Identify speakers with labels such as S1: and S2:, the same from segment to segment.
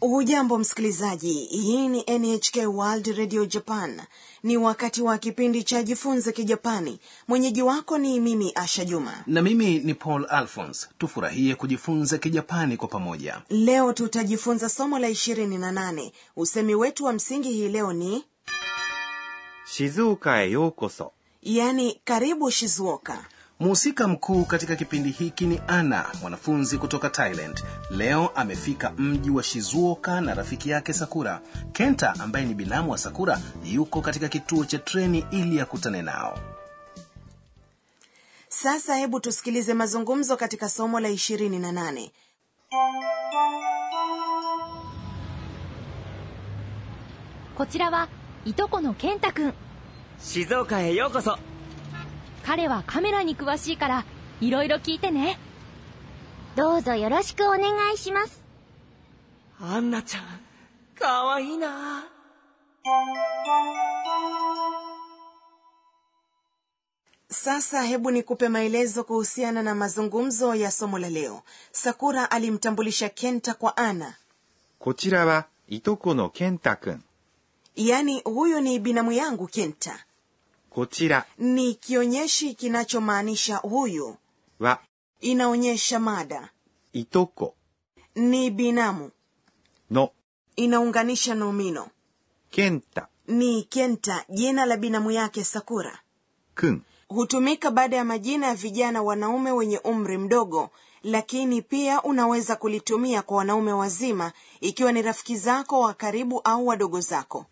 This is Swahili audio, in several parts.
S1: hujambo msikilizaji hii ni nhk world radio japan ni wakati wa kipindi cha jifunze kijapani mwenyeji wako ni mimi asha juma
S2: na mimi ni paul alphons tufurahie kujifunza kijapani kwa pamoja
S1: leo tutajifunza somo la 28 usemi wetu wa msingi hii leo ni
S3: 静岡へようこそ
S1: yani karibu shizuoka
S2: mhusika mkuu katika kipindi hiki ni ana mwanafunzi kutoka thailand leo amefika mji wa shizuoka na rafiki yake sakura kenta ambaye ni binamu wa sakura yuko katika kituo cha treni ili akutane nao
S1: sasa hebu tusikilize mazungumzo katika somo la 28
S4: こちらはいとこの健太くん
S5: 静岡へようこそ
S4: 彼はカメラに詳しいからいろいろ聞いてね
S6: どうぞよろしくお願いします。
S5: アンナちゃんかわいいな
S1: sasa hebu nikupe maelezo kuhusiana na mazungumzo ya somo la leo sakura alimtambulisha kenta kwa ana
S3: こちらはいとこの健太くん
S1: yaani huyu ni binamu yangu kenta
S3: こちら
S1: ni kionyeshi kinachomaanisha huyu
S3: は
S1: inaonyesha mada
S3: いとこ
S1: ni binamu
S3: の
S1: inaunganisha nomino
S3: 健太
S1: ni kenta jina la binamu yake sakura
S3: くん
S1: hutumika baada ya majina ya vijana wanaume wenye umri mdogo lakini pia unaweza kulitumia kwa wanaume wazima ikiwa ni rafiki zako wa karibu au wadogo zako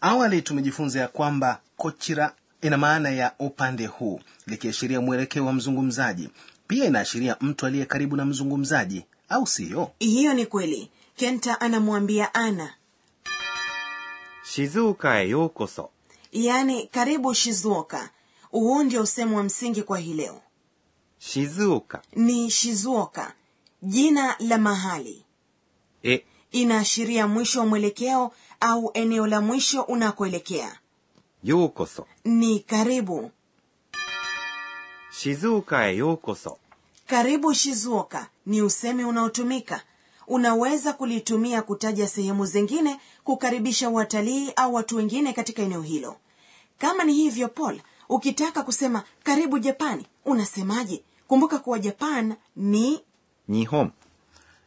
S2: awali tumejifunza ya kwamba kochira ina maana ya upande huu likiashiria mwelekeo wa mzungumzaji pia inaashiria mtu aliye karibu na mzungumzaji au siyo
S1: hiyo ni kweli kenta anamwambia ana
S3: 静岡へようこそ
S1: yaani karibu shizuoka huu ndio usehemu wa msingi kwa hii leo
S3: 静岡
S1: ni shizuoka jina la mahali
S3: へ
S1: inaashiria mwisho wa mwelekeo au eneo la mwisho unakoelekea
S3: ようこそ
S1: ni karibu
S3: 静岡へようこそ
S1: karibu shizuoka ni usemi unaotumika unaweza kulitumia kutaja sehemu zingine kukaribisha watalii au watu wengine katika eneo hilo kama ni hivyo paul ukitaka kusema karibu japani unasemaje kumbuka kuwa japan ni
S3: 日本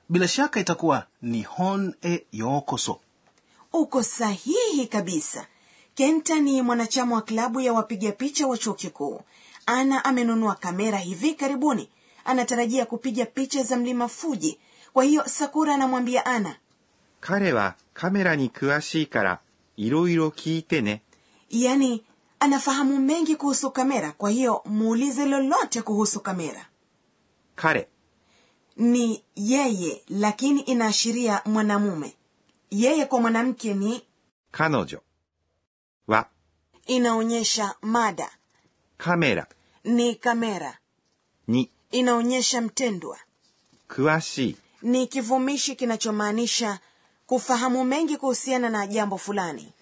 S2: bila shaka itakuwa nihon e yokoso
S1: uko sahihi kabisa kenta ni mwanachama wa klabu ya wapiga picha wa chuo kikuu ana amenunua kamera hivi karibuni anatarajia kupiga picha za mlima fuji kwa hiyo sakura anamwambia ana
S3: 彼はカメラに詳しいからいろいろ聞いてね
S1: yaani anafahamu mengi kuhusu kamera kwa hiyo muulize lolote kuhusu kamera
S3: 彼
S1: ni yeye lakini inaashiria mwanamume yeye kwa mwanamke ni
S3: 彼女は
S1: inaonyesha mada
S3: カメラ
S1: ni kamera
S3: に
S1: inaonyesha mtendwa
S3: 詳しい
S1: ni kivumishi kinachomaanisha kufahamu mengi kuhusiana na jambo fulani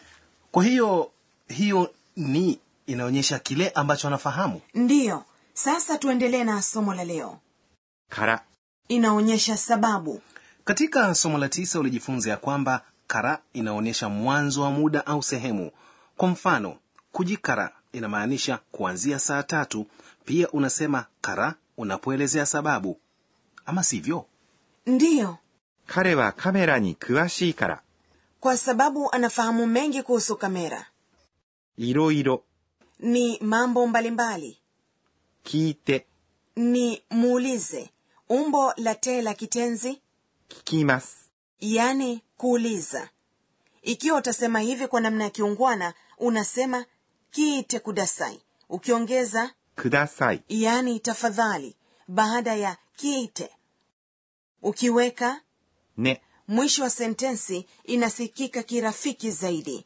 S2: kwa hiyo hiyo ni inaonyesha kile ambacho anafahamu
S1: ndiyo sasa tuendelee na somo la leo
S3: から
S1: inaonyesha sababu
S2: katika somo la tisa ulijifunza ya kwamba kara inaonyesha mwanzo wa muda au sehemu kwa mfano kujikara inamaanisha kuanzia saa tatu pia unasema kara unapoelezea sababu ama sivyo
S1: ndiyo
S3: 彼はカメラに詳しいから
S1: kwa sababu anafahamu mengi kuhusu kamera
S3: いろいろ
S1: ni mambo mbalimbali
S3: 聞いて
S1: ni muulize umbo la te la kitenzi
S3: 聞きます
S1: yani kuuliza ikiwa utasema hivi kwa namna ya kiungwana unasema kiite kudasai ukiongeza
S3: ください
S1: yani tafadhali baada ya kiite ukiweka
S3: ね
S1: mwisho wa sentensi inasikika kirafiki zaidi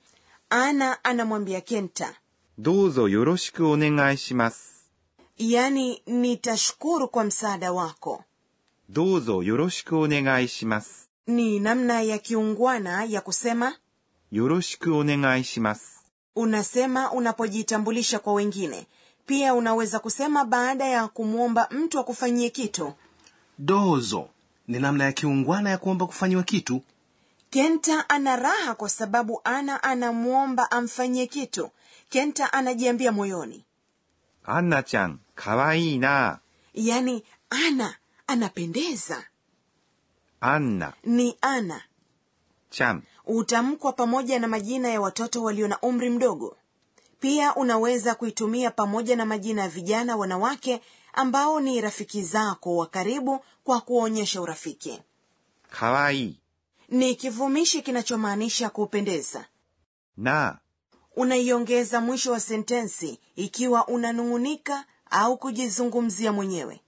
S1: ana anamwambia kenta
S3: どうぞよろしくお願いします。
S1: yani nitashukuru kwa msaada wako
S3: どうぞよろしくお願いします。
S1: ni namna ya kiungwana ya kusema
S3: よろしくお願いします。
S1: unasema unapojitambulisha kwa wengine pia unaweza kusema baada ya kumwomba mtu akufanyie kitu
S2: dozo ni namna ya kiungwana ya kuomba kufanyiwa kitu
S1: kenta ana raha kwa sababu ana anamwomba amfanyie kitu kenta anajiambia moyoni
S3: アンナちゃん、かわいいな。
S1: yaani ana anapendeza
S3: アンナ、
S1: ni ana
S3: ちゃん、
S1: hutamkwa pamoja na majina ya watoto walio na umri mdogo pia unaweza kuitumia pamoja na majina ya vijana wanawake ambao ni rafiki zako wa karibu kwa kuonyesha urafiki
S3: かわいい、
S1: ni kivumishi kinachomaanisha kupendeza
S3: なあ、
S1: unaiongeza mwisho wa sentensi ikiwa unanung'unika au kujizungumzia mwenyewe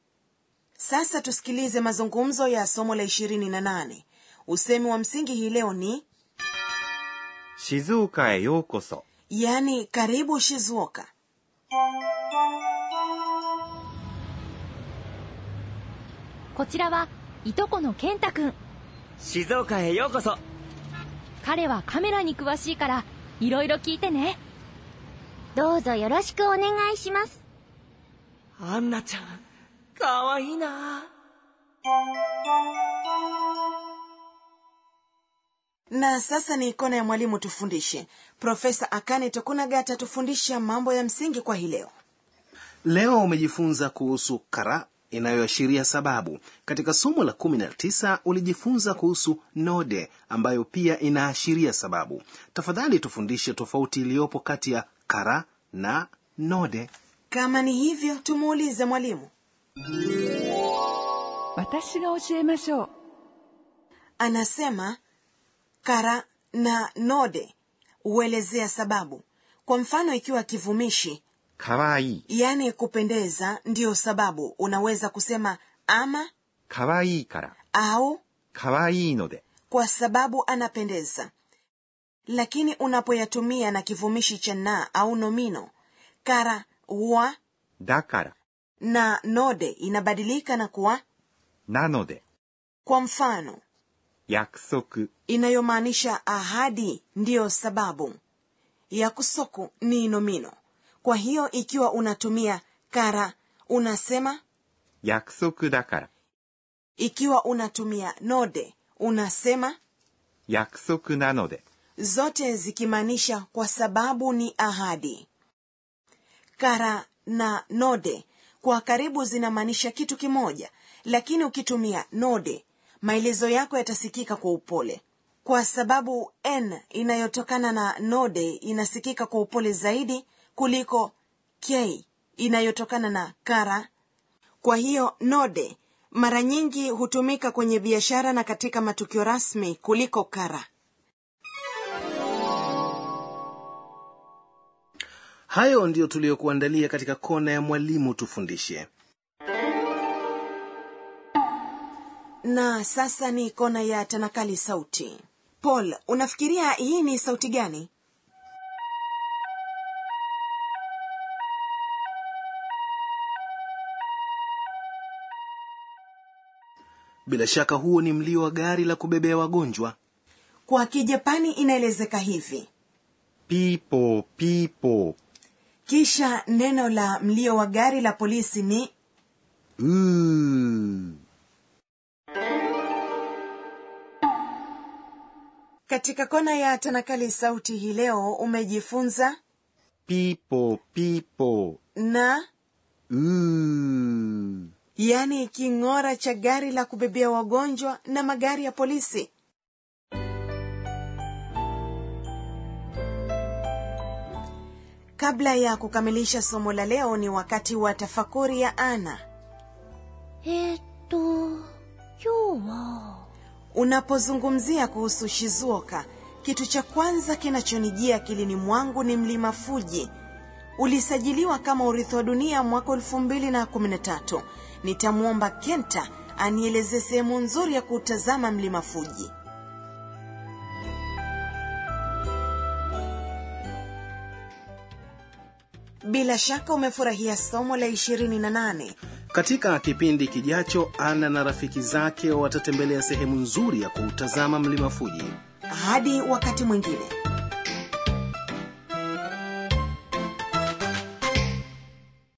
S1: sasa tusikilize mazungumzo ya somo la 28 usemi wa msingi hii leo ni
S3: 静岡へようこそ。
S1: yani karibu shizuoka
S4: こちらはいとこの健太くん
S5: 静岡へようこそ
S4: 彼はカメラに詳しいからいろいろ聞いてね
S6: どうぞよろしくお願いします。
S5: アンナちゃんかわいいな
S1: na sasa ni ikona ya mwalimu tufundishe profesa akane tokunaga atatufundisha mambo ya msingi kwa hii leo
S2: leo umejifunza kuhusu kara inayoashiria sababu katika somo la 19 ulijifunza kuhusu node ambayo pia inaashiria sababu tafadhali tufundishe tofauti iliyopo kati ya kara na node
S1: kama ni hivyo tumuulize mwalimu
S7: 私が教えましょう
S1: anasema kara na node huelezea sababu kwa mfano ikiwa kivumishi
S3: かわいい、
S1: yaani kupendeza ndiyo sababu unaweza kusema ama
S3: かわいいから、
S1: au
S3: かわいいので、
S1: kwa sababu anapendeza lakini unapoyatumia na kivumishi cha na au nomino kara wa
S3: だから、
S1: na node inabadilika na kuwa
S3: なので、
S1: kwa mfano
S3: 約束、
S1: inayomaanisha ahadi ndiyo sababu ya kusoku ni nomino kwa hiyo ikiwa unatumia kara unasema
S3: 約束だから、
S1: ikiwa unatumia node unasema
S3: 約束なので、
S1: zote zikimaanisha kwa sababu ni ahadi kara na node kwa karibu zinamaanisha kitu kimoja lakini ukitumia node maelezo yako yatasikika kwa upole kwa sababu n inayotokana na node inasikika kwa upole zaidi kuliko k inayotokana na kara kwa hiyo node mara nyingi hutumika kwenye biashara na katika matukio rasmi kuliko kara
S2: hayo ndiyo tuliyokuandalia katika kona ya mwalimu tufundishe
S1: na sasa ni kona ya tanakali sauti paul unafikiria hii ni sauti gani
S2: bila shaka huo ni mlio wa gari la kubebea wagonjwa
S1: kwa kijapani inaelezeka hivi
S3: ピーポーピーポ
S1: kisha neno la mlio wa gari la polisi ni
S3: ー、うー。
S1: katika kona ya tanakali sauti hii leo umejifunza
S3: ピーポーピーポ
S1: na
S3: ー、うー。
S1: yaani king'ora cha gari la kubebea wagonjwa na magari ya polisi kabla ya kukamilisha somo la leo ni wakati wa tafakuri ya ana
S6: えーっと、今日は、
S1: unapozungumzia kuhusu shizuoka kitu cha kwanza kinachonijia akilini mwangu ni mlima fuji ulisajiliwa kama urithi wa dunia mwaka 213 nitamwomba kenta anieleze sehemu nzuri ya kuutazama mlima fuji bila shaka umefurahia somo la 28
S2: katika kipindi kijacho ana na rafiki zake watatembelea sehemu nzuri ya kuutazama mlima fuji
S1: hadi wakati mwingine